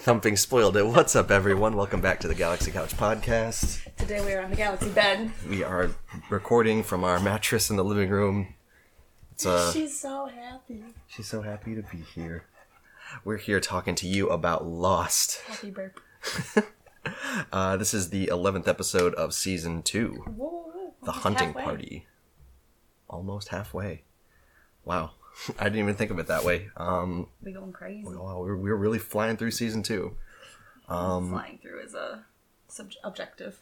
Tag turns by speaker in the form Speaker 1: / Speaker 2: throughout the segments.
Speaker 1: something spoiled it. What's up, everyone? Welcome back to the Galaxy Couch Podcast.
Speaker 2: Today we are on the galaxy bed.
Speaker 1: We are recording from our mattress in the living room. It's, uh,
Speaker 2: She's so happy.
Speaker 1: she's so happy to be here. We're here talking to you about Lost.
Speaker 2: Happy burp.
Speaker 1: Uh, this is the 11th episode of season two,
Speaker 2: Whoa, whoa, whoa.
Speaker 1: The
Speaker 2: Almost
Speaker 1: Hunting
Speaker 2: halfway.
Speaker 1: Party. Almost halfway. Wow. I didn't even think of it that way. Um,
Speaker 2: We going crazy.
Speaker 1: wow, we're, we're really flying through season two. um,
Speaker 2: Flying through is a sub- objective.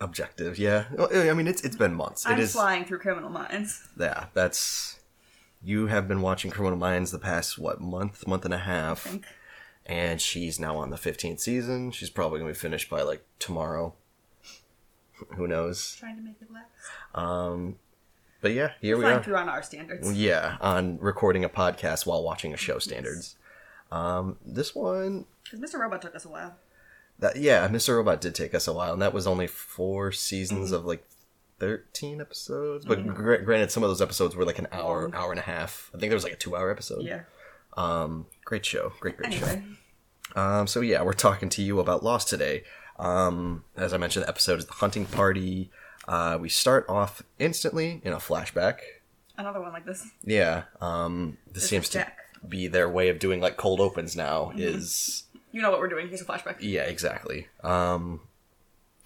Speaker 1: Objective, yeah. Well, I mean, it's it's been months.
Speaker 2: I'm
Speaker 1: it is.
Speaker 2: flying through criminal minds.
Speaker 1: yeah, that's you have been watching Criminal Minds the past what month, month and a half,
Speaker 2: think.
Speaker 1: and she's now on the fifteenth season. She's probably gonna be finished by like tomorrow. Who knows? Um,
Speaker 2: Trying to make it last.
Speaker 1: But yeah, here we
Speaker 2: Flying
Speaker 1: are.
Speaker 2: through on our standards.
Speaker 1: Yeah, on recording a podcast while watching a show standards. Um, this one,
Speaker 2: Because Mr. Robot took us a while.
Speaker 1: Mm-hmm. that yeah, Mr. Robot did take us a while, and that was only four seasons
Speaker 2: Mm-hmm.
Speaker 1: of like thirteen episodes. But gr- granted, some of those episodes were like an hour,
Speaker 2: Long.
Speaker 1: hour and a half. I think there was like a two-hour episode.
Speaker 2: Yeah.
Speaker 1: Great show. Great, great show.
Speaker 2: Anyway,
Speaker 1: Um, so yeah, we're talking to you about Lost today. Um, as I mentioned, the episode is the hunting party. Uh, we start off instantly in a flashback.
Speaker 2: another one like this.
Speaker 1: Yeah, um, this
Speaker 2: It's Mm-hmm.
Speaker 1: seems to
Speaker 2: Jack.
Speaker 1: be their way of doing like cold opens now. Is
Speaker 2: You know what we're doing. Here's a flashback.
Speaker 1: yeah, exactly. Um,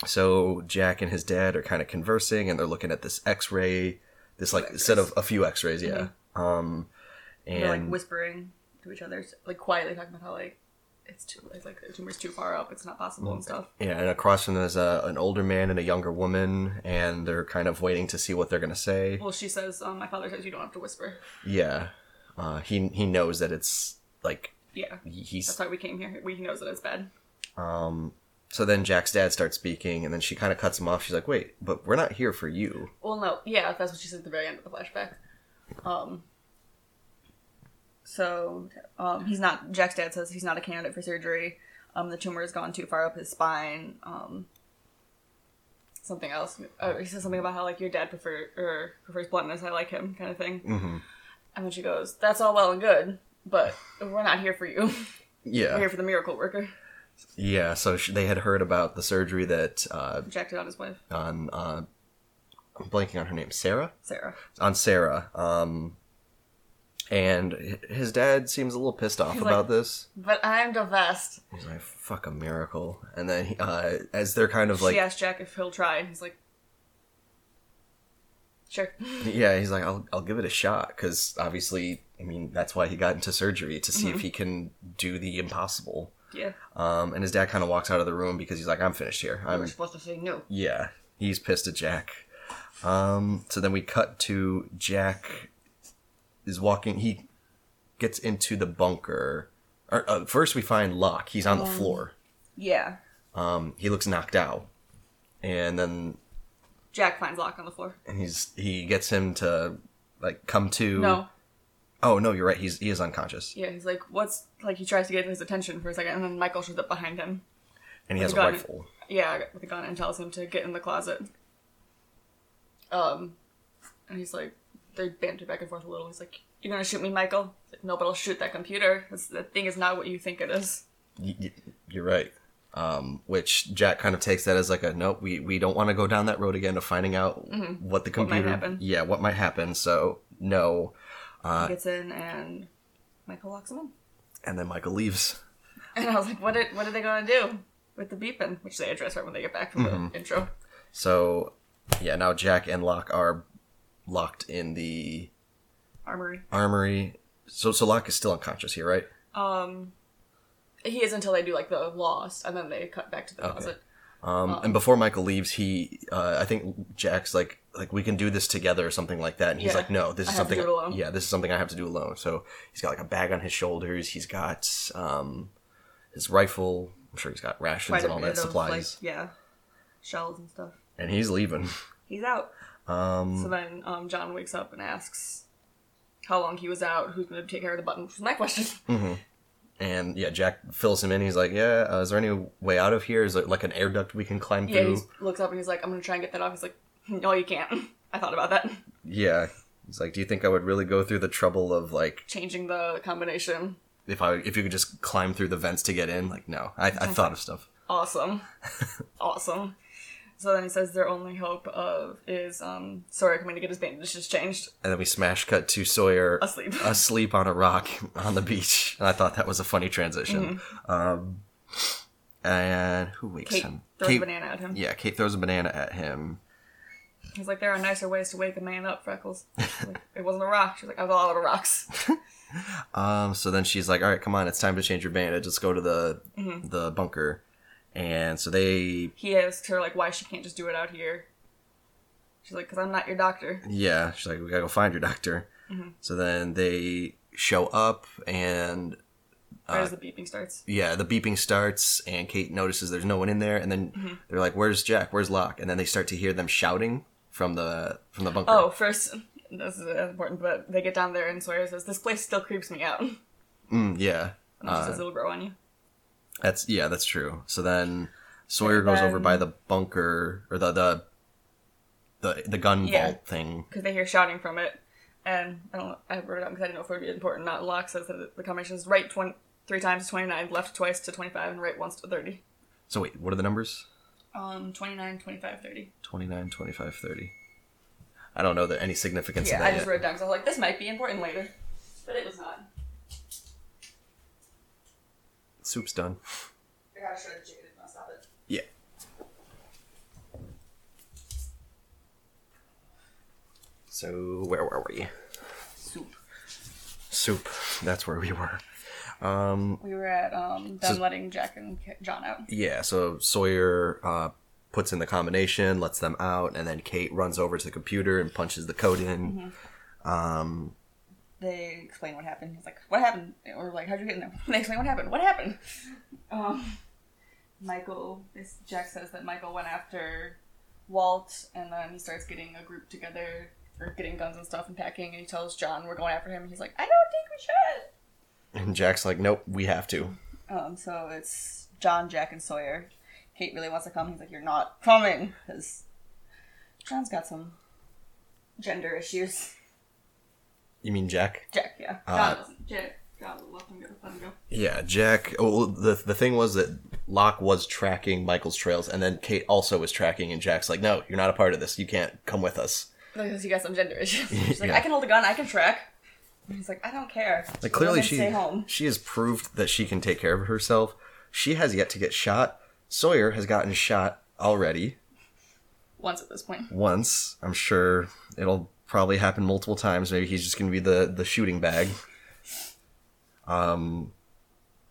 Speaker 1: so Jack and his dad are kind of conversing, and they're looking at this X-ray, this like
Speaker 2: X-rays. Mm-hmm.
Speaker 1: set of a few X-rays. Yeah. Um,
Speaker 2: They're like
Speaker 1: and
Speaker 2: whispering to each other, like quietly talking about how like it's too like, like the tumor's too far up. It's not possible
Speaker 1: Mm-hmm.
Speaker 2: and stuff.
Speaker 1: Yeah, and across from them is a, an older man and a younger woman, and they're kind of waiting to see what they're gonna say.
Speaker 2: Well, she says, um, "My father says you don't have to whisper."
Speaker 1: Yeah, uh, he he knows that it's like
Speaker 2: Yeah. That's
Speaker 1: he's.
Speaker 2: why we came here. We, he knows that it's bad.
Speaker 1: So then Jack's dad starts speaking, and then she kind of cuts him off. She's like, "Wait, but we're not here for you."
Speaker 2: Well, no, yeah, that's what she said at the very end of the flashback. Um, so um, he's not. Jack's dad says he's not a candidate for surgery. Um, the tumor has gone too far up his spine. Um, something else. Uh, he says something about how like your dad prefer or prefers bluntness. I like him, kind of thing. Mm-hmm. And then she goes, "That's all well and good, but we're not here for you. we're
Speaker 1: Yeah,
Speaker 2: here for the miracle worker."
Speaker 1: yeah. So she, they had heard about the surgery that uh,
Speaker 2: Jack did on his wife,
Speaker 1: on uh, I'm blanking on her name, Sarah,
Speaker 2: Sarah.
Speaker 1: on Sarah. Um, and hi- his dad seems a little pissed off
Speaker 2: He's like-
Speaker 1: about this.
Speaker 2: But I'm the best.
Speaker 1: He's like, "Fuck a miracle," and then he, uh, as they're kind of like,
Speaker 2: she asked Jack if he'll try, and he's like, "Sure."
Speaker 1: Yeah, he's like, I'll, I'll give it a shot because obviously, I mean, that's why he got into surgery to see if he can do the impossible.
Speaker 2: Yeah.
Speaker 1: Um, and his dad kind of walks out of the room because he's like, I'm finished here.
Speaker 2: We're
Speaker 1: I'm
Speaker 2: supposed to say no.
Speaker 1: yeah. He's pissed at Jack. Um, so then we cut to Jack is walking. He gets into the bunker. Or, uh, first, we find Locke. He's on the floor.
Speaker 2: Yeah.
Speaker 1: Um, he looks knocked out, and then
Speaker 2: Jack finds Locke on the floor.
Speaker 1: and he's he gets him to like come to.
Speaker 2: No.
Speaker 1: Oh no, you're right. He's he is unconscious,
Speaker 2: Yeah, he's like, what's like he tries to get his attention for a second and then Michael shows up behind him.
Speaker 1: and he has a
Speaker 2: Got it.
Speaker 1: rifle.
Speaker 2: Yeah, with a gun and tells him to get in the closet. Um and he's like they banter back and forth a little. He's like, You're gonna shoot me, Michael? He's like, no, but I'll shoot that computer. That's, that thing is not what you think it is.
Speaker 1: Y- y- You're right. Um, which Jack kind of takes that as like a nope. We we don't want to go down that road again of finding out what the
Speaker 2: Mm-hmm. might
Speaker 1: computer.
Speaker 2: happen.
Speaker 1: Yeah, what might happen. So no, Uh,
Speaker 2: he gets in and Michael locks him in.
Speaker 1: and then Michael leaves.
Speaker 2: And I was like, what, are, what are they going to do with the beeping? Which they address right when they get back from
Speaker 1: Mm-hmm.
Speaker 2: the intro.
Speaker 1: So yeah, now Jack and Locke are locked in the
Speaker 2: Armory.
Speaker 1: armory. So so Locke is still unconscious here, right?
Speaker 2: Um, he is until they do like the lost, and then they cut back to the closet.
Speaker 1: Um, and before Michael leaves, he, uh, I think Jack's like, like we can do this together or something like that, and he's
Speaker 2: Yeah.
Speaker 1: like, no, this
Speaker 2: I
Speaker 1: is
Speaker 2: have to
Speaker 1: something.
Speaker 2: do it alone.
Speaker 1: Yeah, this is something I have to do alone. So he's got like a bag on his shoulders. He's got um, his rifle. I'm sure he's got rations
Speaker 2: Quite a
Speaker 1: and all
Speaker 2: bit
Speaker 1: that
Speaker 2: of,
Speaker 1: supplies,
Speaker 2: Like, yeah, shells and stuff.
Speaker 1: and he's leaving.
Speaker 2: He's out.
Speaker 1: Um,
Speaker 2: So then um, John wakes up and asks how long he was out, who's going to take care of the button, which was my question.
Speaker 1: and yeah, Jack fills him in. He's like, yeah, uh, is there any way out of here? Is there like an air duct we can climb
Speaker 2: yeah,
Speaker 1: through?
Speaker 2: he looks up and he's like, I'm going to try and get that off. He's like, no, you can't. I thought about that.
Speaker 1: Yeah. He's like, do you think I would really go through the trouble of like
Speaker 2: Changing the combination.
Speaker 1: if I if you could just climb through the vents to get in. Like, no, I, I thought of stuff.
Speaker 2: Awesome. awesome. So then he says their only hope of is um sorry coming to get his bandages changed.
Speaker 1: And then we smash cut to Sawyer
Speaker 2: Asleep.
Speaker 1: asleep on a rock on the beach. And I thought that was a funny transition. Um, and who wakes
Speaker 2: Mm-hmm. Kate
Speaker 1: him?
Speaker 2: throws
Speaker 1: Kate-
Speaker 2: a banana at him.
Speaker 1: Yeah, Kate throws a banana at him.
Speaker 2: He's like, there are nicer ways to wake a man up, Freckles. She's like, it wasn't a rock. She's like, I was all out of rocks.
Speaker 1: Um, so then she's like, "All right, come on, it's time to change your bandage. Let's go to the
Speaker 2: Mm-hmm.
Speaker 1: the bunker." And so they,
Speaker 2: He asks her like why she can't just do it out here. She's like, because I'm not your doctor.
Speaker 1: yeah, she's like, "We gotta go find your doctor."
Speaker 2: Mm-hmm.
Speaker 1: So then they show up, and Uh,
Speaker 2: There's the beeping starts.
Speaker 1: yeah, the beeping starts, and Kate notices there's no one in there, and then
Speaker 2: Mm-hmm.
Speaker 1: they're like, "Where's Jack? Where's Locke?" And then they start to hear them shouting from the from the bunker.
Speaker 2: Oh, first, this is important, but they get down there and Sawyer says, this place still creeps me out. And
Speaker 1: Mm, yeah,
Speaker 2: she
Speaker 1: Uh,
Speaker 2: says, it'll grow on you.
Speaker 1: that's yeah, that's true. So then Sawyer goes over
Speaker 2: then-
Speaker 1: by the bunker or the the the, the gun
Speaker 2: Yeah.
Speaker 1: vault thing.
Speaker 2: because they hear shouting from it. And I don't, I wrote it down because I didn't know if it would be important. Not Locke says that the combination is right 20, three times to 29, left twice to 25, and right once to 30.
Speaker 1: So wait, what are the numbers?
Speaker 2: Um, 29, 25, 30.
Speaker 1: 29, 25, 30. I don't know that any significance of
Speaker 2: Yeah,
Speaker 1: that
Speaker 2: I just
Speaker 1: yet.
Speaker 2: wrote it down because I was like, this might be important later. But it was not.
Speaker 1: Soup's done.
Speaker 2: I gotta show the chicken if I stop it.
Speaker 1: Yeah. So where were we?
Speaker 2: Soup.
Speaker 1: Soup. That's where we were. Um,
Speaker 2: We were at um, them
Speaker 1: So-
Speaker 2: letting Jack and Ki- John out.
Speaker 1: yeah. So Sawyer uh, puts in the combination, lets them out, and then Kate runs over to the computer and punches the code in. Um,
Speaker 2: They explain what happened. He's like, what happened? Or like, how'd you get in there? They explain what happened. What happened? Um, Michael, this Jack says that Michael went after Walt, and then he starts getting a group together, or getting guns and stuff and packing, and he tells John, we're going after him, and he's like, I don't think we should.
Speaker 1: and Jack's like, "Nope, we have to."
Speaker 2: Um, so it's John, Jack, and Sawyer. Kate really wants to come. He's like, "You're not coming," because John's got some gender issues.
Speaker 1: You mean Jack?
Speaker 2: Jack, yeah.
Speaker 1: Uh,
Speaker 2: John doesn't. Jack, John will let him go. Let him go.
Speaker 1: Yeah, Jack. oh, Well, the the thing was that Locke was tracking Michael's trails, and then Kate also was tracking, and Jack's like, "No, you're not a part of this. You can't come with us."
Speaker 2: Because he got some gender issues. She's like,
Speaker 1: Yeah.
Speaker 2: "I can hold a gun. I can track." And he's like, "I don't care."
Speaker 1: Like clearly,
Speaker 2: Let him
Speaker 1: she
Speaker 2: stay home.
Speaker 1: she has proved that she can take care of herself. She has yet to get shot. Sawyer has gotten shot already
Speaker 2: Once at this point,
Speaker 1: once. I'm sure it'll probably happen multiple times. Maybe he's just gonna be the the shooting bag. Um.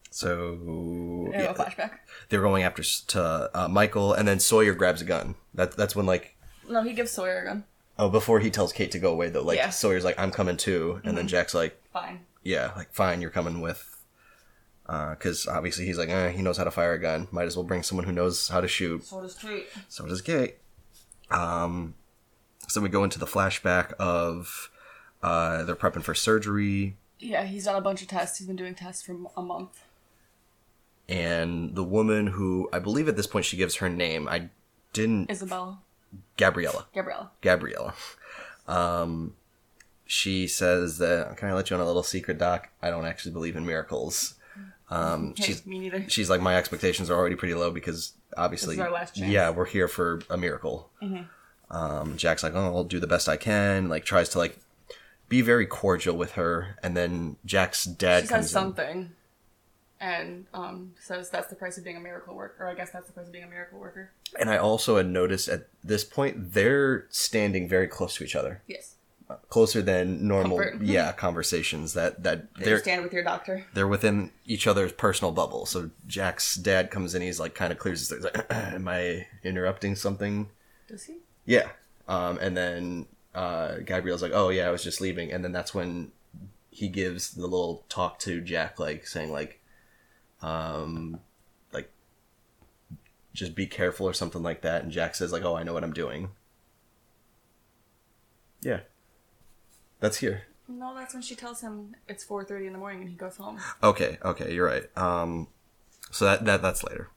Speaker 1: So
Speaker 2: yeah. a flashback.
Speaker 1: they're going after s- to uh, Michael, and then Sawyer grabs a gun. That that's when like
Speaker 2: No, he gives Sawyer a gun.
Speaker 1: oh before he tells Kate to go away though. Like
Speaker 2: Yeah.
Speaker 1: Sawyer's like I'm coming too, and then Jack's like
Speaker 2: Fine.
Speaker 1: yeah, like fine, you're coming with. Because obviously he's like eh, he knows how to fire a gun. Might as well bring someone who knows how to shoot.
Speaker 2: So does treat.
Speaker 1: So does Kate. Um, so we go into the flashback of uh, they're prepping for surgery,
Speaker 2: Yeah, he's done a bunch of tests. He's been doing tests for a month.
Speaker 1: and the woman who I believe at this point she gives her name. I didn't
Speaker 2: Isabel,
Speaker 1: Gabriella.
Speaker 2: Gabriella.
Speaker 1: Gabrielle. Um, she says that can I let you on a little secret, Doc? I don't actually believe in miracles. Um,
Speaker 2: Hey,
Speaker 1: she's
Speaker 2: me neither.
Speaker 1: she's like my expectations are already pretty low because obviously,
Speaker 2: This is our last chance. Mm-hmm.
Speaker 1: yeah, we're here for a miracle. Um, Jack's like, oh, I'll do the best I can. Like tries to like be very cordial with her, and then Jack's dad
Speaker 2: she
Speaker 1: comes
Speaker 2: says something and um, says that's the price of being a miracle worker or i guess that's the price of being a miracle worker
Speaker 1: in, and I also had noticed at this point they're standing very close to each other,
Speaker 2: yes
Speaker 1: closer than normal,
Speaker 2: Comfort.
Speaker 1: yeah, conversations. That that
Speaker 2: they stand with your doctor
Speaker 1: they're within each other's personal bubble. So Jack's dad comes in, he's like kind of clears his throat. He's like, "Am I interrupting something?"
Speaker 2: does he
Speaker 1: Yeah. Um, and then uh, Gabrielle's like, "Oh yeah, I was just leaving." And then that's when he gives the little talk to Jack, like saying like, um, like just be careful or something like that. And Jack says like, "Oh, I know what I'm doing." Yeah. That's here.
Speaker 2: no that's when she tells him it's 4.30 in the morning and he goes home
Speaker 1: Okay, okay, you're right. Um, so that, that
Speaker 2: Mm-hmm.
Speaker 1: that's later.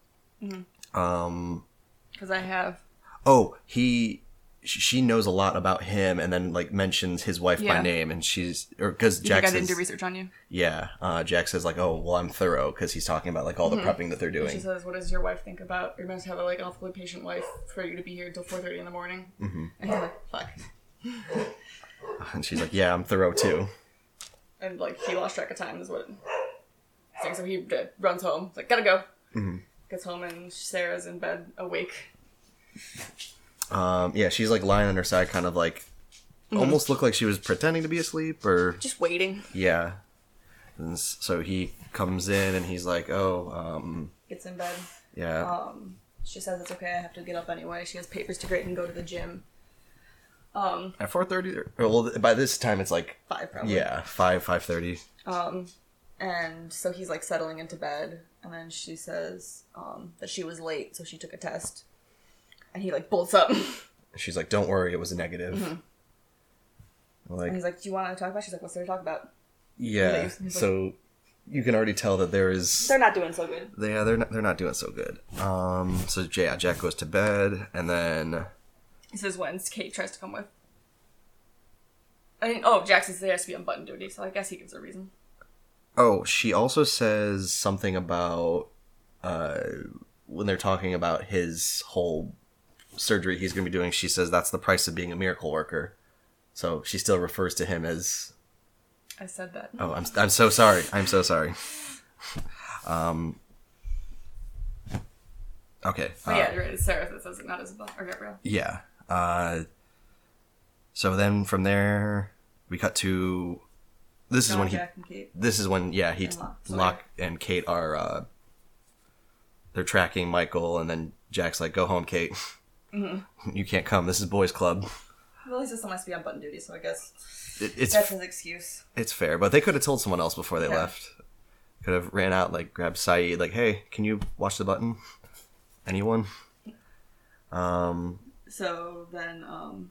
Speaker 1: Um,
Speaker 2: because i have
Speaker 1: oh, he sh- she knows a lot about him and then like mentions his wife
Speaker 2: Yeah.
Speaker 1: by name and she's or because
Speaker 2: You
Speaker 1: Jack
Speaker 2: think I didn't do
Speaker 1: says
Speaker 2: research on you?
Speaker 1: yeah uh, Jack says like oh well I'm thorough because he's talking about like all the
Speaker 2: Mm-hmm.
Speaker 1: prepping that they're
Speaker 2: She
Speaker 1: doing
Speaker 2: says, "What does your wife think about? You're meant to have a like awfully patient wife for you to be here till four thirty in the morning." Mm-hmm. And he's like, "Fuck,"
Speaker 1: and she's like yeah I'm thorough too
Speaker 2: and like he lost track of time is what. Thing. So he d- runs home. He's like, "Gotta go." Mm-hmm. Gets home and Sarah's in bed awake.
Speaker 1: um, yeah she's like lying on her side kind of like
Speaker 2: Mm-hmm.
Speaker 1: almost looked like she was pretending to be asleep or
Speaker 2: Just waiting.
Speaker 1: yeah and s- so he comes in and he's like oh um,
Speaker 2: Gets in bed.
Speaker 1: yeah
Speaker 2: Um, she says it's okay. I have to get up anyway. She has papers to grade and go to the gym. Um,
Speaker 1: at 4.30 or, well th- by this time it's like
Speaker 2: five probably.
Speaker 1: yeah 5 5.30
Speaker 2: Um, and so he's like settling into bed, and then she says um, that she was late, so she took a test, and he like bolts up, and
Speaker 1: she's like don't worry it was a negative like
Speaker 2: he's like, "Do you want to talk about?" She's like, "What's there to talk about?"
Speaker 1: yeah
Speaker 2: He's like-
Speaker 1: so you can already tell that there is
Speaker 2: They're not doing so good.
Speaker 1: they, yeah they're not, they're not doing so good um so yeah jack goes to bed and then
Speaker 2: This is when Kate tries to come with. I mean, oh, Jack says there has to be on button duty, so I guess he gives a reason.
Speaker 1: oh she also says something about uh when they're talking about his whole surgery he's going to be doing she says that's the price of being a miracle worker so she still refers to him as
Speaker 2: I said that.
Speaker 1: Oh, I'm, I'm so sorry. I'm so sorry. Um. Okay.
Speaker 2: But
Speaker 1: uh,
Speaker 2: Oh, yeah, you're right. It's Sarah that says it, not Isabel or Gabrielle.
Speaker 1: yeah. Uh. So then from there we cut to. This is
Speaker 2: Not
Speaker 1: when he.
Speaker 2: Jack and Kate.
Speaker 1: This is when yeah he
Speaker 2: And Locke.
Speaker 1: Locke and Kate are. uh They're tracking Michael, and then Jack's like, "Go home, Kate.
Speaker 2: Mm-hmm.
Speaker 1: You can't come. This is boys' club."
Speaker 2: Well, he says someone has to be on button duty, so I guess
Speaker 1: It, it's
Speaker 2: that's his excuse.
Speaker 1: It's fair, but they could have told someone else before they
Speaker 2: Yeah.
Speaker 1: left. Could have ran out, like grabbed Saeed, like, "Hey, can you watch the button? Anyone?" Um,
Speaker 2: So then, um,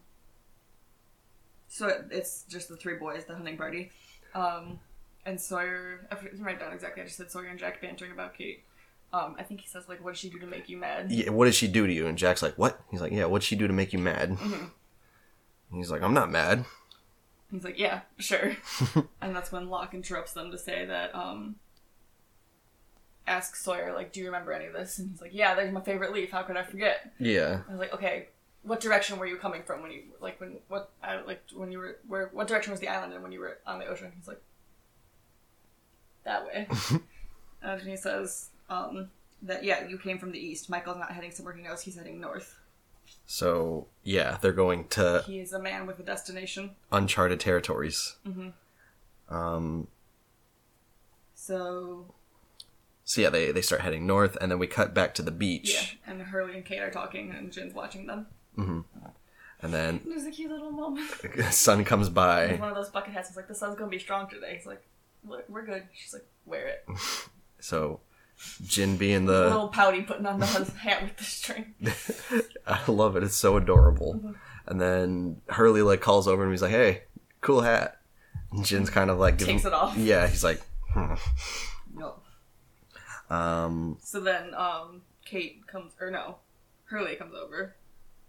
Speaker 2: so it, it's just the three boys, the hunting party, um, and Sawyer. I didn't write down exactly. I just said Sawyer and Jack bantering about Kate. Um, I think he says like, "What did she do to make you mad?"
Speaker 1: yeah, what did she do to you? And Jack's like, "What?" He's like, "Yeah, what'd she do to make you mad?"
Speaker 2: Mm-hmm.
Speaker 1: And He's like, "I'm not mad."
Speaker 2: He's like, "Yeah, sure." and that's when Locke interrupts them to say that. Um, ask Sawyer like, "Do you remember any of this?" And he's like, "Yeah, there's my favorite leaf. How could I forget?"
Speaker 1: Yeah,
Speaker 2: I was like, "Okay." What direction were you coming from when you like when what I like when you were where what direction was the island and when you were on the ocean? He's like, that way. and he says um, that, yeah, you came from the east. Michael's not heading somewhere he knows, he's heading north.
Speaker 1: so yeah, they're going to
Speaker 2: He is a man with a destination.
Speaker 1: uncharted territories.
Speaker 2: Mhm.
Speaker 1: Um,
Speaker 2: So,
Speaker 1: so yeah, they they start heading north, and then we cut back to the beach,
Speaker 2: yeah. And Hurley and Kate are talking, and Jin's watching them.
Speaker 1: and then
Speaker 2: It was a cute little moment.
Speaker 1: sun comes by.
Speaker 2: One of those bucket hats is like, the sun's gonna be strong today. He's like, Look, we're good. She's like, wear it.
Speaker 1: So, Jin being the
Speaker 2: little pouty putting on the hat with the string.
Speaker 1: I love it. It's so
Speaker 2: Mm-hmm.
Speaker 1: adorable. And then Hurley like calls over and he's like, "Hey, cool hat." And Jin's kind of like giving,
Speaker 2: Takes it off.
Speaker 1: Yeah, he's like, hmm.
Speaker 2: No.
Speaker 1: um,
Speaker 2: So then, um, Kate comes, or no, Hurley comes over.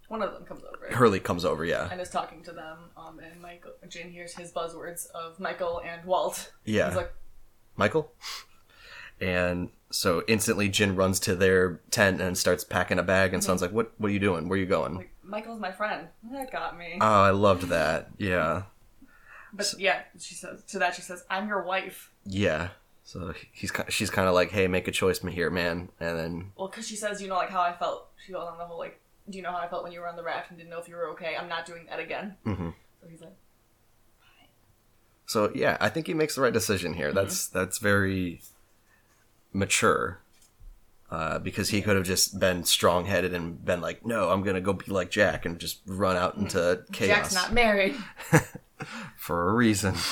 Speaker 2: One of them comes over
Speaker 1: Hurley comes over. Yeah,
Speaker 2: and is talking to them. Um, and Michael, Jane hears his buzzwords of Michael and Walt.
Speaker 1: Yeah.
Speaker 2: He's like,
Speaker 1: Michael. And so instantly, Jin runs to their tent and starts packing a bag. And Son's like, "What? What are you doing? Where are you going?"
Speaker 2: Mm-hmm. like Michael's my friend. That got me.
Speaker 1: Oh, I loved that. Yeah,
Speaker 2: but yeah, she says to that she says, "I'm your wife."
Speaker 1: yeah. So he's ki- she's kind of like, "Hey, make a choice, me here, man." And then
Speaker 2: Well, because she says, "You know, like how I felt." She goes on the whole like, "Do you know how I felt when you were on the raft and didn't know if you were okay? I'm not doing that again." Mm-hmm. So he's like,
Speaker 1: So yeah, I think he makes the right decision
Speaker 2: Mm-hmm.
Speaker 1: here. That's that's very mature. Uh, because he could have just been strong headed and been like, No, I'm gonna go be like Jack and just run out into chaos
Speaker 2: Mm-hmm. "Jack's not married."
Speaker 1: for a reason.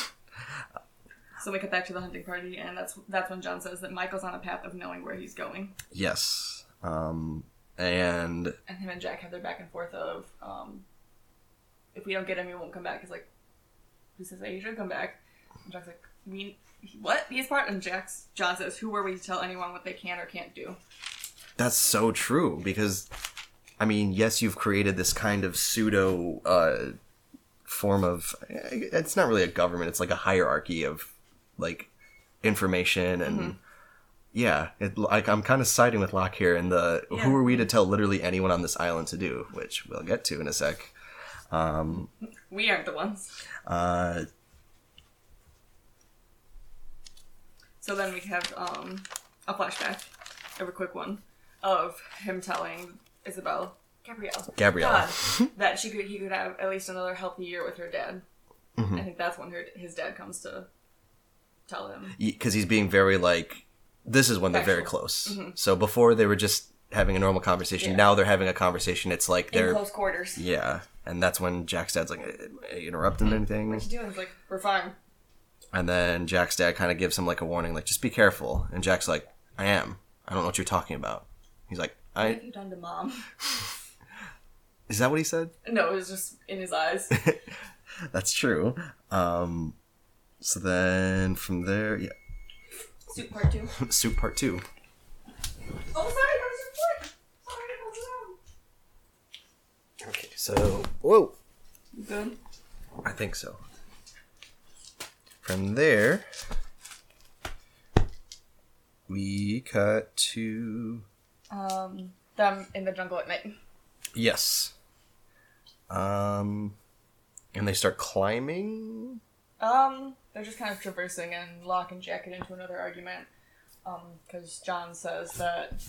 Speaker 2: So we cut back to the hunting party, and that's that's when John says that Michael's on a path of knowing where he's going.
Speaker 1: yes. Um and
Speaker 2: and him and Jack have their back and forth of um, if we don't get him, he won't come back. He's like, who says that he should come back? And Jack's like, we what? He's part. And Jack's John says, who are we to tell anyone what they can or can't do?
Speaker 1: that's so true because I mean, yes, you've created this kind of pseudo uh, form of. eh, It's not really a government. It's like a hierarchy of like information and.
Speaker 2: Mm-hmm.
Speaker 1: Yeah, it, like I'm kind of siding with Locke here, and the who
Speaker 2: Yeah.
Speaker 1: are we to tell literally anyone on this island to do, which we'll get to in a sec.
Speaker 2: We aren't the ones.
Speaker 1: Uh,
Speaker 2: So then we have um, a flashback of a quick one of him telling Isabel, Gabrielle,
Speaker 1: Gabriella.
Speaker 2: God, that she could he could have at least another healthy year with her dad.
Speaker 1: Mm-hmm.
Speaker 2: I think that's when her, his dad comes to tell him.
Speaker 1: because he's being very like this is when they're very
Speaker 2: Factual. Mm-hmm.
Speaker 1: close so before they were just having a normal conversation
Speaker 2: Yeah.
Speaker 1: now they're having a conversation it's like
Speaker 2: In
Speaker 1: they're
Speaker 2: close quarters.
Speaker 1: yeah and that's when jack's dad's like "Am I interrupting anything
Speaker 2: What you doing? He's like, we're fine.
Speaker 1: and then jack's dad kind of gives him like a warning like just be careful and jack's like i am i don't know what you're talking about he's like
Speaker 2: What
Speaker 1: i
Speaker 2: have you done to mom?
Speaker 1: is that what he said
Speaker 2: No, it was just in his eyes.
Speaker 1: that's true um so then from there yeah
Speaker 2: Soup part two.
Speaker 1: soup part two
Speaker 2: Oh, sorry, that was your foot. Sorry, hold it on.
Speaker 1: okay so whoa
Speaker 2: You good?
Speaker 1: I think so. From there, we cut to
Speaker 2: Um, them in the jungle at night.
Speaker 1: yes, um, and they start climbing.
Speaker 2: Um, they're just kind of traversing, and Locke and Jack get into another argument. Um, because John says that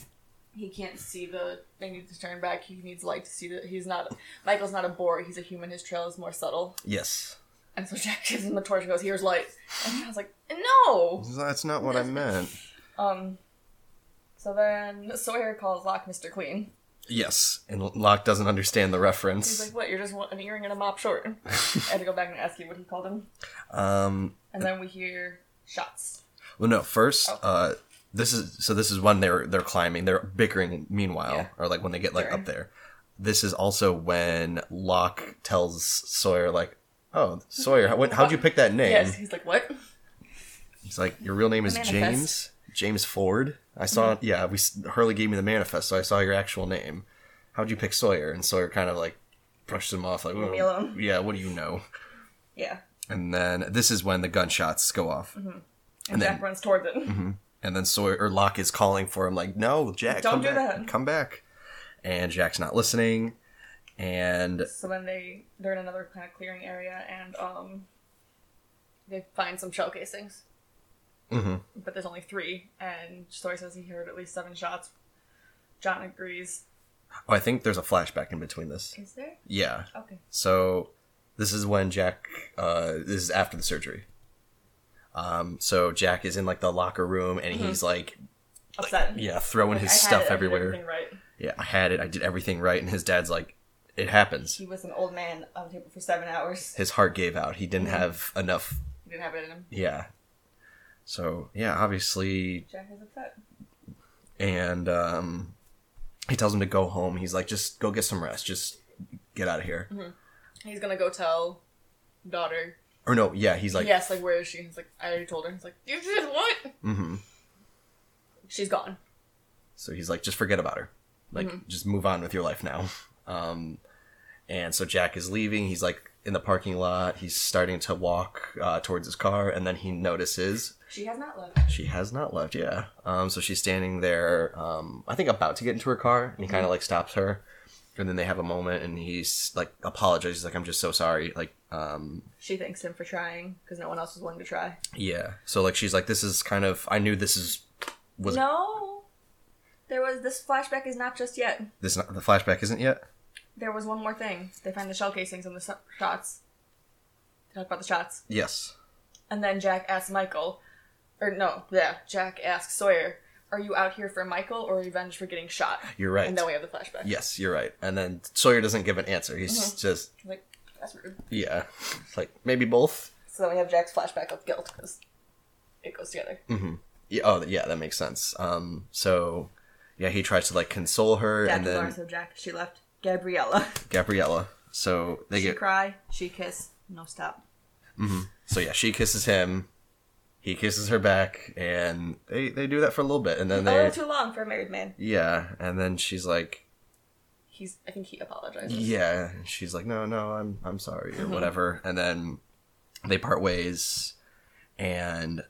Speaker 2: he can't see the. They need to turn back. He needs light to see that he's not. Michael's not a boar. He's a human. His trail is more subtle.
Speaker 1: Yes,
Speaker 2: And so Jack gives him a torch and goes, "Here's light." And I was like, "No."
Speaker 1: that's not what I meant.
Speaker 2: Um. So then Sawyer calls Locke Mr. Clean.
Speaker 1: Yes, and Locke doesn't understand the
Speaker 2: He's
Speaker 1: reference.
Speaker 2: like, "What? You're just one- an earring and a mop short." I had to go back and ask you what he called him.
Speaker 1: Um,
Speaker 2: And then we hear shots.
Speaker 1: well, no,
Speaker 2: Oh.
Speaker 1: first, uh, this is so. This is when they're they're climbing. They're bickering. Meanwhile,
Speaker 2: Yeah.
Speaker 1: or like when they get like
Speaker 2: During.
Speaker 1: up there. This is also when Locke tells Sawyer like, "Oh, Sawyer, how, when, how'd you pick that name?"
Speaker 2: Yes. He's like, "What?"
Speaker 1: He's like, "Your real name is
Speaker 2: The
Speaker 1: James
Speaker 2: manifest. Mm-hmm.
Speaker 1: James Ford." I saw. Yeah, we s- Hurley gave me the manifest, so I saw your actual name. How'd you pick Sawyer? And Sawyer kind of like brushes him off, like,
Speaker 2: me
Speaker 1: "Well,
Speaker 2: alone."
Speaker 1: "Yeah, what do you know?"
Speaker 2: Yeah.
Speaker 1: And then this is when the gunshots go off,
Speaker 2: Mm-hmm. And, Jack
Speaker 1: then-
Speaker 2: runs towards it.
Speaker 1: and then Sawyer or Locke is calling for him, like, "No, Jack,
Speaker 2: Don't
Speaker 1: come
Speaker 2: do
Speaker 1: back,
Speaker 2: that."
Speaker 1: come back." And Jack's not listening, and
Speaker 2: So then they they're in another kind of clearing area and um they find some shell casings.
Speaker 1: Mhm.
Speaker 2: But there's only three, and Sawyer says he heard at least seven shots. John agrees.
Speaker 1: oh, I think there's a flashback in between this.
Speaker 2: Is there?
Speaker 1: Yeah,
Speaker 2: Okay.
Speaker 1: So this is when Jack. Uh, this is after the surgery. Um, so Jack is in like the locker room and he's like,
Speaker 2: Upset.
Speaker 1: yeah, throwing
Speaker 2: Like,
Speaker 1: his
Speaker 2: Mm-hmm. I had
Speaker 1: stuff
Speaker 2: it, I did
Speaker 1: everywhere.
Speaker 2: everything Right.
Speaker 1: Yeah, I had it. I did everything right, and his dad's like, it happens.
Speaker 2: He was an old man on the table for seven hours.
Speaker 1: His heart gave out. He
Speaker 2: Mm-hmm.
Speaker 1: didn't have enough.
Speaker 2: He didn't have it in him.
Speaker 1: Yeah. So yeah, obviously,
Speaker 2: Jack is upset.
Speaker 1: and um, he tells him to go home. He's like, just go get some rest. Just get out of here.
Speaker 2: He's gonna go tell daughter.
Speaker 1: Or no, yeah, he's like,
Speaker 2: yes, like where is she? He's like, I already told her. He's like, You did what?
Speaker 1: hmm
Speaker 2: She's gone.
Speaker 1: So he's like, just forget about her. Like,
Speaker 2: Mm-hmm.
Speaker 1: just move on with your life now. Um, and so Jack is leaving. He's like in the parking lot. He's starting to walk uh, towards his car, and then he notices
Speaker 2: She has not left.
Speaker 1: she has not left. Yeah. Um, so she's standing there. Um, I think about to get into her car, and he
Speaker 2: Mm-hmm.
Speaker 1: kind of like stops her, and then they have a moment, and he's like apologizes, He's like, "I'm just so sorry." Like, um,
Speaker 2: She thanks him for trying because no one else was willing to try.
Speaker 1: yeah. So like, she's like, "This is kind of. I knew this is was
Speaker 2: No, there was this flashback is not just yet.
Speaker 1: this not, the flashback isn't yet."
Speaker 2: There was one more thing. They find the shell casings and the s- shots. They talk about the shots,
Speaker 1: Yes.
Speaker 2: and then Jack asks Michael, or no, yeah, Jack asks Sawyer, "Are you out here for Michael or revenge for getting shot?"
Speaker 1: You're right.
Speaker 2: And then we have the flashback.
Speaker 1: Yes, you're right. And then Sawyer doesn't give an answer. He's just,
Speaker 2: Like that's rude.
Speaker 1: yeah, It's like maybe both.
Speaker 2: So then we have Jack's flashback of guilt because it goes together.
Speaker 1: Yeah, oh, yeah, that makes sense. Um, so yeah, he tries to like console her,
Speaker 2: Jack
Speaker 1: and
Speaker 2: and
Speaker 1: then
Speaker 2: Lawrence have Jack. She left. Gabriella.
Speaker 1: Gabriella. So they
Speaker 2: she
Speaker 1: get
Speaker 2: cry. She kiss. No stop.
Speaker 1: so yeah, she kisses him, he kisses her back, and they
Speaker 2: Oh,
Speaker 1: they do that for a little bit, and then
Speaker 2: A
Speaker 1: they
Speaker 2: little too long for a married man.
Speaker 1: yeah, and then she's like,
Speaker 2: he's I think he apologizes.
Speaker 1: Yeah, and she's like, no, no, I'm I'm sorry
Speaker 2: Uh-huh.
Speaker 1: or whatever, and then they part ways, and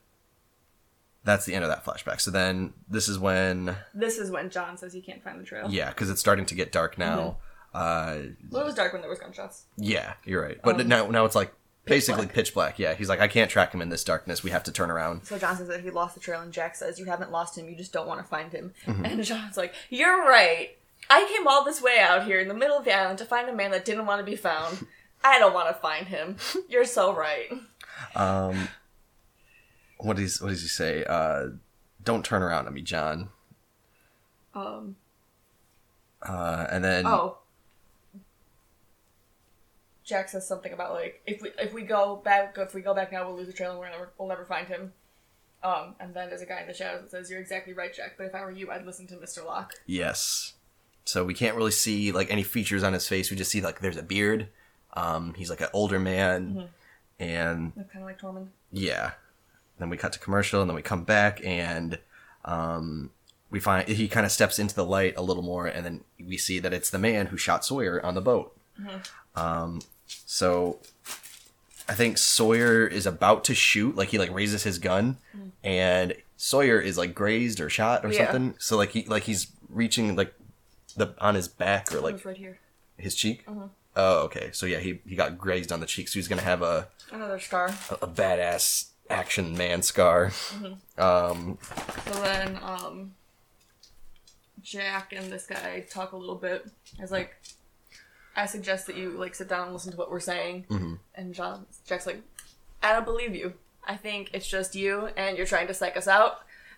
Speaker 1: that's the end of that flashback. So then this is when,
Speaker 2: This is when John says he can't find the trail.
Speaker 1: yeah, because it's starting to get dark now. Uh,
Speaker 2: Well, it was dark when there was gunshots.
Speaker 1: yeah, you're right, but
Speaker 2: Mm-hmm. Um,
Speaker 1: now now it's like basically
Speaker 2: black.
Speaker 1: pitch black. Yeah, he's like, I can't track him in this darkness. We have to turn around.
Speaker 2: So John says that he lost the trail, and Jack says, "You haven't lost him. You just don't want to find him." And John's like, "You're right. I came all this way out here in the middle of the island to find a man that didn't want to be found. I don't want to find him. You're so right."
Speaker 1: Um, what does what does he say? Uh, don't turn around on me, John.
Speaker 2: Um.
Speaker 1: Uh, and then
Speaker 2: Oh. Jack says something about like if we if we go back if we go back now we'll lose the trail and we're never we'll never find him. Um, and then there's a guy in the shadows that says, "You're exactly right, Jack. But if I were you, I'd listen to Mr. Locke."
Speaker 1: Yes. So we can't really see like any features on his face. We just see like there's a beard. Um, he's like an older man, and
Speaker 2: Kind of like Tormund.
Speaker 1: yeah. Then we cut to commercial, and then we come back, and um, we find he kind of steps into the light a little more, and then we see that it's the man who shot Sawyer on the boat. Um, so I think Sawyer is about to shoot, like he like raises his gun, and Sawyer is like grazed or shot or
Speaker 2: Yeah.
Speaker 1: something. So like he like he's reaching like the on his back or
Speaker 2: It
Speaker 1: like
Speaker 2: was right here.
Speaker 1: his cheek. Oh, okay. So yeah, he he got grazed on the cheek, so he's gonna have a
Speaker 2: Another scar.
Speaker 1: a badass action man scar.
Speaker 2: Mm-hmm.
Speaker 1: Um,
Speaker 2: So then, um, Jack and this guy talk a little bit. I was like, I suggest that you like sit down and listen to what we're saying.
Speaker 1: Mm-hmm.
Speaker 2: And John, Jack's like, I don't believe you. I think it's just you, and you're trying to psych us out,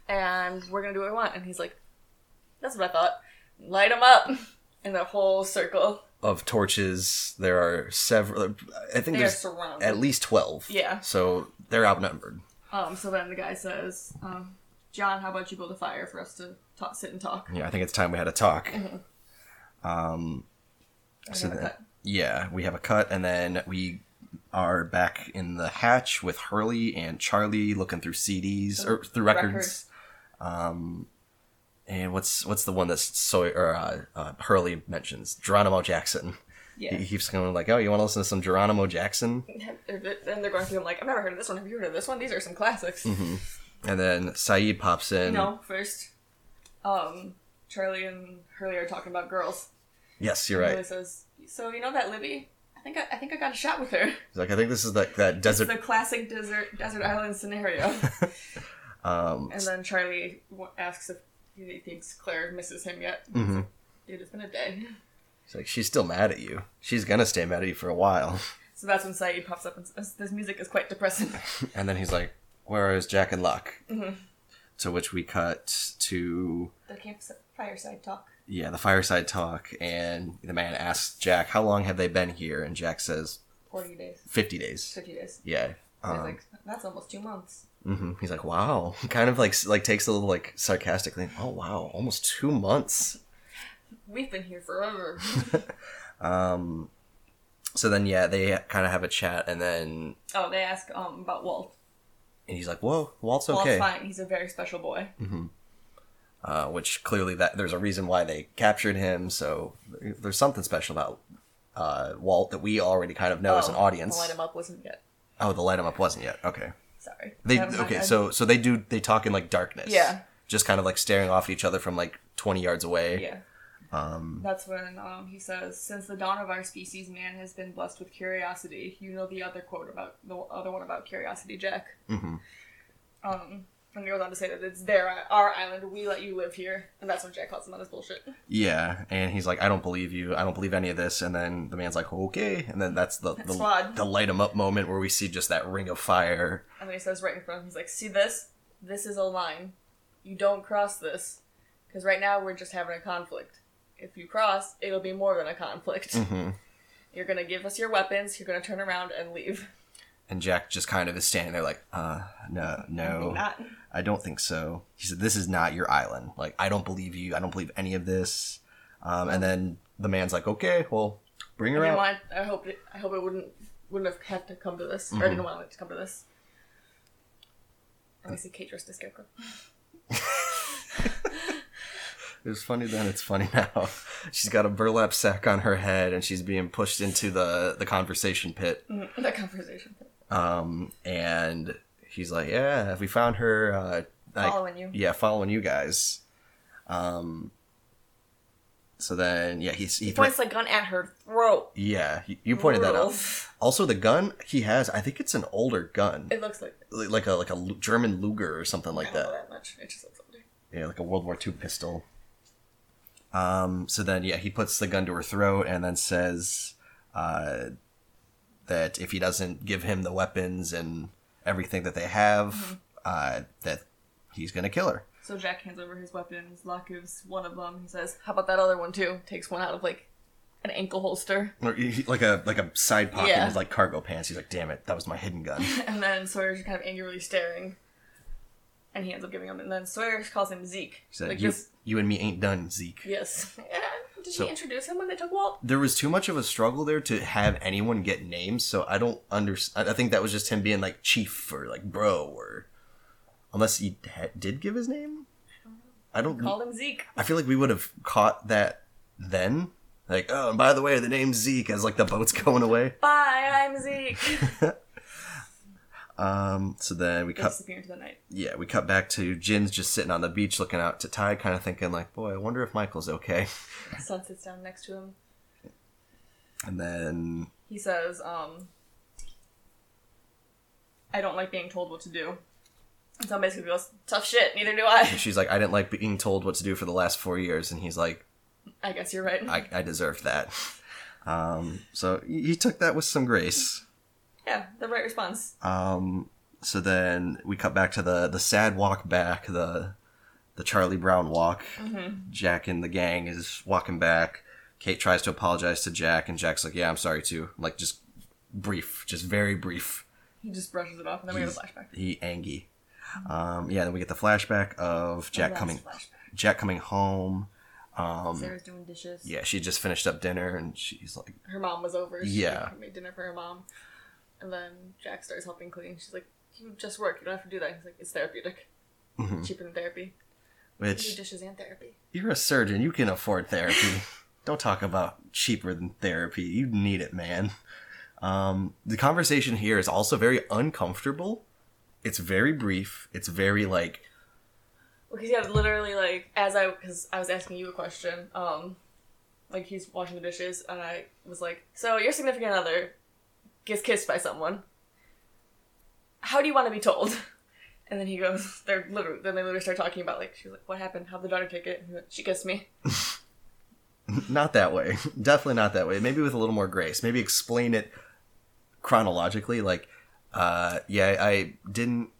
Speaker 2: and we're gonna do what we want. And he's like, That's what I thought. Light him up in the whole circle.
Speaker 1: of torches, there are several. I think
Speaker 2: They are
Speaker 1: there's
Speaker 2: surrounded.
Speaker 1: at least twelve.
Speaker 2: Yeah.
Speaker 1: So they're outnumbered.
Speaker 2: Um, so then the guy says, um, John, how about you build a fire for us to ta sit and talk?
Speaker 1: Yeah, I think it's time we had a talk. Um, so
Speaker 2: have Mm-hmm. a
Speaker 1: then-
Speaker 2: cut.
Speaker 1: yeah, we have a cut, and then we are back in the hatch with Hurley and Charlie looking through CDs or through records.
Speaker 2: records.
Speaker 1: Um, and what's what's the one that Soy or uh, uh, Hurley mentions? Geronimo Jackson.
Speaker 2: Yeah.
Speaker 1: He keeps going like, "Oh, you want to listen to some Geronimo Jackson?"
Speaker 2: And they're going through them like, I've never heard of this one. Have you heard of this one? These are some classics.
Speaker 1: Mm-hmm. And then Saeed pops in.
Speaker 2: No, first, um, Charlie and Hurley are talking about girls.
Speaker 1: Yes, you're
Speaker 2: Hurley
Speaker 1: right.
Speaker 2: says, "So you know that Libby? I think I, I think I got a shot with her.
Speaker 1: He's like, "I think this is like that desert."
Speaker 2: The classic desert desert island scenario."
Speaker 1: Um,
Speaker 2: and then Charlie w- asks if he thinks Claire misses him yet.
Speaker 1: mhm.
Speaker 2: Dude, it's been a day.
Speaker 1: He's like, "She's still mad at you. She's gonna stay mad at you for a while."
Speaker 2: So that's when Saeed pops up and says, "This music is quite depressing."
Speaker 1: And then he's like, "Where is Jack and Luck?"
Speaker 2: Mhm.
Speaker 1: To which we cut to
Speaker 2: the camp fireside talk.
Speaker 1: yeah the fireside talk, and the man asks Jack, "How long have they been here?" And Jack says,
Speaker 2: Forty days,
Speaker 1: "50 days."
Speaker 2: fifty days.
Speaker 1: Yeah.
Speaker 2: I was
Speaker 1: Um,
Speaker 2: like, "That's almost two months."
Speaker 1: mhm. He's like, "Wow!" Kind of like like takes a little like sarcastically, "Oh wow, almost two months."
Speaker 2: We've been here forever.
Speaker 1: Um, so then yeah, they kind of have a chat, and then
Speaker 2: Oh, they ask um about Walt.
Speaker 1: and he's like, "Whoa, Walt's
Speaker 2: Walt's
Speaker 1: okay,"
Speaker 2: fine. He's a very special boy.
Speaker 1: uh, which clearly that there's a reason why they captured him. So there's something special about uh, Walt that we already kind of know as an audience.
Speaker 2: Oh, Light him up wasn't yet.
Speaker 1: Oh, the light him up wasn't yet. Okay,
Speaker 2: Sorry.
Speaker 1: they
Speaker 2: Never mind.
Speaker 1: okay.
Speaker 2: I-
Speaker 1: So so they do they talk in like darkness.
Speaker 2: Yeah.
Speaker 1: just kind of like staring off at each other from like 20 yards away.
Speaker 2: yeah.
Speaker 1: Um,
Speaker 2: That's when um, he says, "Since the dawn of our species, man has been blessed with curiosity." You know the other quote about the other one about curiosity, Jack.
Speaker 1: mhm.
Speaker 2: Um, and he goes on to say that it's their our island. We let you live here, and that's when Jack calls him on his bullshit.
Speaker 1: Yeah, and he's like, I don't believe you. I don't believe any of this. And then the man's like, okay. And then that's the
Speaker 2: That's
Speaker 1: the,
Speaker 2: odd.
Speaker 1: the light him up moment where we see just that ring of fire.
Speaker 2: And then he says right in front of him, he's like, "See this? This is a line. You don't cross this, because right now we're just having a conflict. If you cross, it'll be more than a conflict."
Speaker 1: hmm
Speaker 2: You're gonna give us your weapons. You're gonna turn around and leave.
Speaker 1: And Jack just kind of is standing there like, uh, no, no,
Speaker 2: Not.
Speaker 1: I don't think so. He said, this is not your island. Like, I don't believe you. I don't believe any of this. Um, and then the man's like, okay, well, bring
Speaker 2: I
Speaker 1: her
Speaker 2: didn't
Speaker 1: out.
Speaker 2: want. I hope. It, I hope it wouldn't wouldn't have had to come to this.
Speaker 1: Mm-hmm.
Speaker 2: Or I didn't want it to come to this. And I see Kate dressed as scarecrow.
Speaker 1: It was funny then. It's funny now. She's got a burlap sack on her head, and she's being pushed into the the conversation pit.
Speaker 2: that conversation.
Speaker 1: Um, and he's like, "Yeah, we found her." Uh, like,
Speaker 2: Following you.
Speaker 1: Yeah, following you guys. Um. So then, yeah, he's he,
Speaker 2: He
Speaker 1: thre-
Speaker 2: points the gun at her throat.
Speaker 1: yeah you, you pointed that out.
Speaker 2: Rules.
Speaker 1: Also, the gun he has, I think it's an older gun,
Speaker 2: It looks like
Speaker 1: Li- like a like a Lu- German Luger or something
Speaker 2: I
Speaker 1: like
Speaker 2: don't
Speaker 1: that.
Speaker 2: know that much. It just looks older.
Speaker 1: Yeah, like a World War II pistol. Um, so then, yeah, he puts the gun to her throat and then says uh, that if he doesn't give him the weapons and everything that they have,
Speaker 2: Mm-hmm.
Speaker 1: uh, that he's going to kill her.
Speaker 2: So Jack hands over his weapons. Locke gives one of them. He says, "How about that other one too?" Takes one out of like an ankle holster,
Speaker 1: Or he- he- like a like a side pocket in
Speaker 2: Yeah.
Speaker 1: his like cargo pants. He's like, "Damn it, that was my hidden gun."
Speaker 2: and then Sawyer's just kind of angrily staring. And he ends up giving him. And then Sawyer calls him Zeke.
Speaker 1: He said,
Speaker 2: like
Speaker 1: "You
Speaker 2: this,
Speaker 1: you and me ain't done, Zeke."
Speaker 2: yes. Yeah. Did
Speaker 1: So-
Speaker 2: she introduce him when they took Walt?
Speaker 1: There was too much of a struggle there to have anyone get names, so I don't understand. I think that was just him being like chief or like bro or, unless he ha- did give his name. I don't.
Speaker 2: Called him Zeke.
Speaker 1: I feel like we would have caught that then. Like, oh, and by the way, the name's Zeke as like the boat's going away.
Speaker 2: Bye, I'm Zeke.
Speaker 1: Um, so then we
Speaker 2: They
Speaker 1: cut.
Speaker 2: disappear into the night.
Speaker 1: Yeah, we cut back to Jin's just sitting on the beach looking out to tide, kind of thinking like, boy, I wonder if Michael's okay.
Speaker 2: Sun sits down next to him.
Speaker 1: And then
Speaker 2: He says, um, I don't like being told what to do. And so basically goes, tough shit, neither do I.
Speaker 1: she's like, I didn't like being told what to do for the last four years, and he's like,
Speaker 2: I guess you're right.
Speaker 1: I, I deserved that. Um, so he he took that with some grace.
Speaker 2: yeah, the right response.
Speaker 1: Um, so then we cut back to the the sad walk back, the the Charlie Brown walk.
Speaker 2: Mm-hmm.
Speaker 1: Jack and the gang is walking back. Kate tries to apologize to Jack, and Jack's like, "Yeah, I'm sorry too." Like just brief, just very brief.
Speaker 2: He just brushes it off, and then we have a
Speaker 1: He's-
Speaker 2: flashback.
Speaker 1: He angy. Um, yeah, then we get the flashback of Jack
Speaker 2: last
Speaker 1: coming,
Speaker 2: Oh, flashback.
Speaker 1: Jack coming home. Um,
Speaker 2: Sarah's doing dishes.
Speaker 1: yeah, she just finished up dinner, and she's like,
Speaker 2: Her mom was over. She
Speaker 1: Yeah.
Speaker 2: made dinner for her mom. And then Jack starts helping clean. She's like, you just work. You don't have to do that. He's like, it's therapeutic.
Speaker 1: Mm-hmm.
Speaker 2: Cheaper than therapy. You do
Speaker 1: "Which
Speaker 2: dishes and therapy.
Speaker 1: you're a surgeon, you can afford therapy. Don't talk about cheaper than therapy. You need it, man. Um, the conversation here is also very uncomfortable. It's very brief. It's very like
Speaker 2: Because yeah, literally, like as I because I was asking you a question, um, like he's washing the dishes, and I was like, "So your significant other gets kissed by someone. How do you want to be told?" And then he goes, "They're literally." Then they literally start talking about like, "She's like, what happened? How'd the daughter take it?" And he went, she kissed me.
Speaker 1: not that way. Definitely not that way. Maybe with a little more grace. Maybe explain it chronologically. Like, uh, yeah, I didn't,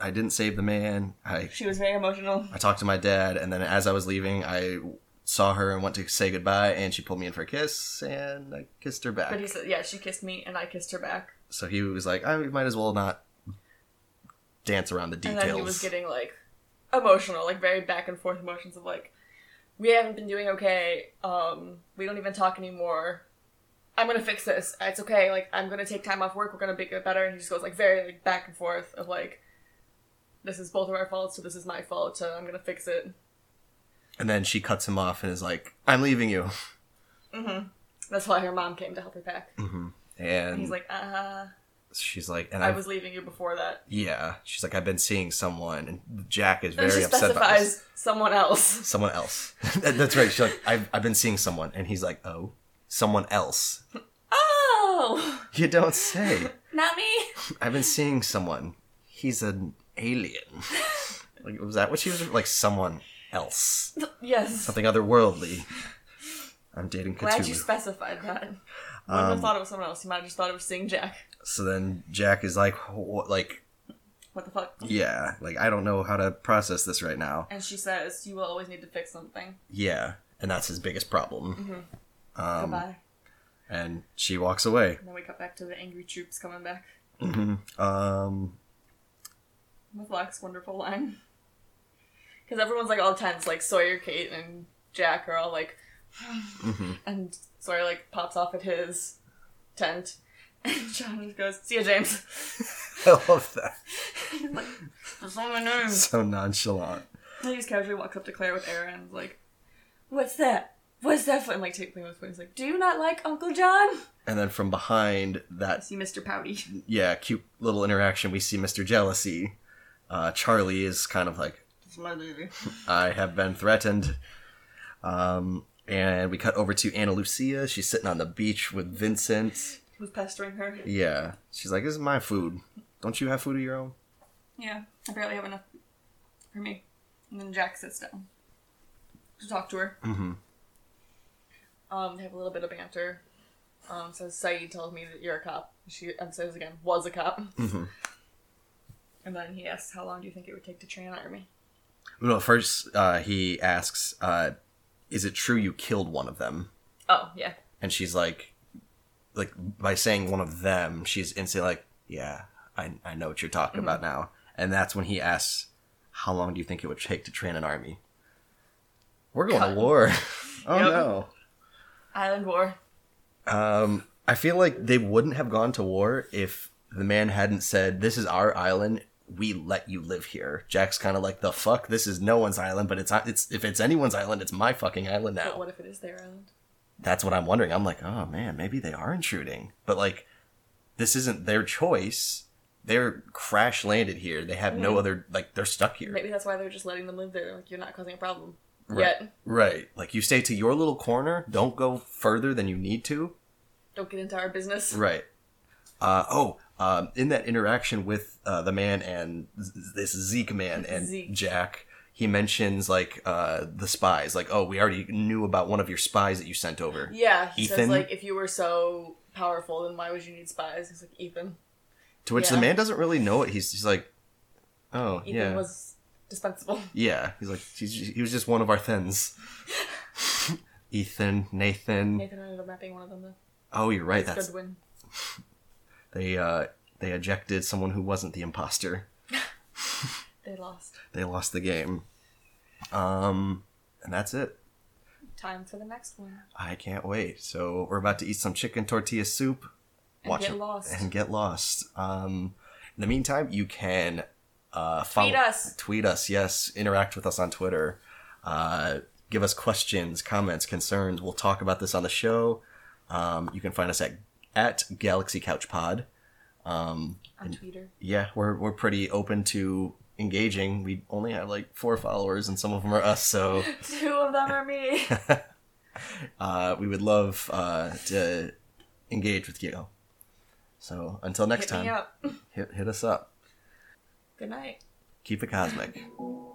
Speaker 1: I didn't save the man. I
Speaker 2: She was very emotional.
Speaker 1: I talked to my dad, and then as I was leaving, I saw her and went to say goodbye, and she pulled me in for a kiss, and I kissed her back.
Speaker 2: But he said, "Yeah, she kissed me, and I kissed her back."
Speaker 1: So he was like, I might as well not dance around the
Speaker 2: And
Speaker 1: details.
Speaker 2: then he was getting like emotional, like very back and forth emotions of like, we haven't been doing okay. Um, we don't even talk anymore. I'm gonna fix this. It's okay. Like I'm gonna take time off work. We're gonna be- get better. And he just goes like very like back and forth of like, this is both of our faults. So this is my fault. So I'm gonna fix it.
Speaker 1: and then she cuts him off and is like, I'm leaving you.
Speaker 2: Mm-hmm. That's why her mom came to help her pack.
Speaker 1: And
Speaker 2: And he's like, uh,
Speaker 1: she's like, and
Speaker 2: I
Speaker 1: I
Speaker 2: was leaving you before that.
Speaker 1: yeah, she's like, I've been seeing someone, and Jack is
Speaker 2: And
Speaker 1: very
Speaker 2: she
Speaker 1: upset about this.
Speaker 2: specifies someone else.
Speaker 1: Someone else. That- That's right. She's like, I've, I've been seeing someone, and he's like, oh, someone else.
Speaker 2: Oh,
Speaker 1: You don't say.
Speaker 2: not me.
Speaker 1: I've been seeing someone. He's an alien. like, was that what she was like? Someone else,
Speaker 2: yes.
Speaker 1: something otherworldly. I'm dating
Speaker 2: Glad
Speaker 1: Cthulhu.
Speaker 2: you specified that. Wouldn't have thought it was someone else. You might have just thought it was seeing Jack.
Speaker 1: so then Jack is like, what, like,
Speaker 2: What the fuck?
Speaker 1: yeah, like I don't know how to process this right now.
Speaker 2: And she says, "You will always need to fix something."
Speaker 1: Yeah, and that's his biggest problem. Um,
Speaker 2: Goodbye.
Speaker 1: And she walks away.
Speaker 2: And then we cut back to the angry troops coming back
Speaker 1: Um,
Speaker 2: with Locke's wonderful line. Because everyone's like all tense, like Sawyer, Kate, and Jack are all like, and Sawyer like pops off at his tent, and John just goes, "See ya, James."
Speaker 1: I love that.
Speaker 2: That's not my name.
Speaker 1: So nonchalant.
Speaker 2: And he just casually walks up to Claire with Aaron and is like, What's that? What's that for? And like take Claire with foot. He's like, Do you not like Uncle John?
Speaker 1: And then from behind
Speaker 2: I
Speaker 1: that,
Speaker 2: see Mr. Pouty.
Speaker 1: yeah, cute little interaction, we see Mr. Jealousy. Uh, Charlie is kind of like,
Speaker 2: It's my baby.
Speaker 1: I have been threatened. Um, and we cut over to Anna Lucia. She's sitting on the beach with Vincent.
Speaker 2: Who's pestering her?
Speaker 1: Yeah. She's like, This is my food. Don't you have food of your own?
Speaker 2: Yeah, I barely have enough for me. And then Jack sits down to talk to her.
Speaker 1: Mm hmm.
Speaker 2: Um, they have a little bit of banter. Um, so Saeed tells me that you're a cop. She emphasizes again, was a cop.
Speaker 1: Mhm.
Speaker 2: And then he asks, how long do you think it would take to train an army?
Speaker 1: No, first uh, he asks, uh, "Is it true you killed one of them?"
Speaker 2: Oh, yeah.
Speaker 1: And she's like, like by saying one of them, she's instantly like, "Yeah, I I know what you're talking about
Speaker 2: Mm-hmm.
Speaker 1: now." And that's when he asks, "How long do you think it would take to train an army?" We're going to
Speaker 2: Cut.
Speaker 1: war. oh
Speaker 2: Yep.
Speaker 1: no.
Speaker 2: Island war.
Speaker 1: Um, I feel like they wouldn't have gone to war if the man hadn't said, "This is our island. We let you live here." Jack's kind of like, "The fuck? This is no one's island, but it's it's if it's anyone's island, it's my fucking island
Speaker 2: But
Speaker 1: now."
Speaker 2: Oh, what if it is their island?
Speaker 1: That's what I'm wondering. I'm like, "Oh man, maybe they are intruding." But like this isn't their choice. They're crash landed here. They have no
Speaker 2: Mhm.
Speaker 1: other like they're stuck here.
Speaker 2: Maybe that's why they're just letting them live there. Like, you're not causing a problem.
Speaker 1: Right.
Speaker 2: Yet.
Speaker 1: Right. Like you stay to your little corner, don't go further than you need to.
Speaker 2: Don't get into our business.
Speaker 1: Right. Uh, oh, um, in that interaction with uh, the man and z- this Zeke man and
Speaker 2: Zeke.
Speaker 1: Jack, he mentions like uh, the spies. Like, oh, we already knew about one of your spies that you sent over.
Speaker 2: Yeah, he says,
Speaker 1: Ethan?
Speaker 2: like, if you were so powerful, then why would you need spies? He's like, Ethan.
Speaker 1: To which
Speaker 2: yeah.
Speaker 1: the man doesn't really know it. He's just like, oh,
Speaker 2: Ethan
Speaker 1: yeah,
Speaker 2: was dispensable.
Speaker 1: yeah. He's like, he's ju- he was just one of our thins. Ethan, Nathan.
Speaker 2: Nathan ended up not being one of them, though.
Speaker 1: Oh, you're right. That's
Speaker 2: Goodwin.
Speaker 1: they. Uh, they ejected someone who wasn't the imposter.
Speaker 2: They lost.
Speaker 1: They lost the game. Um, and that's it.
Speaker 2: Time for the next one.
Speaker 1: I can't wait. So we're about to eat some chicken tortilla soup.
Speaker 2: And get lost.
Speaker 1: And get lost. Um, in the meantime, you can uh, follow,
Speaker 2: us.
Speaker 1: Tweet us. Yes, interact with us on Twitter. Uh, give us questions, comments, concerns. We'll talk about this on the show. Um, you can find us at at Galaxy Couch Pod. Um,
Speaker 2: On Twitter.
Speaker 1: yeah, we're we're pretty open to engaging. We only have like four followers, and some of them are us. So.
Speaker 2: Two of them are me.
Speaker 1: uh, we would love uh, to engage with you. So until next
Speaker 2: Hit me
Speaker 1: time,
Speaker 2: up.
Speaker 1: hit, hit us up.
Speaker 2: Good night.
Speaker 1: Keep it cosmic.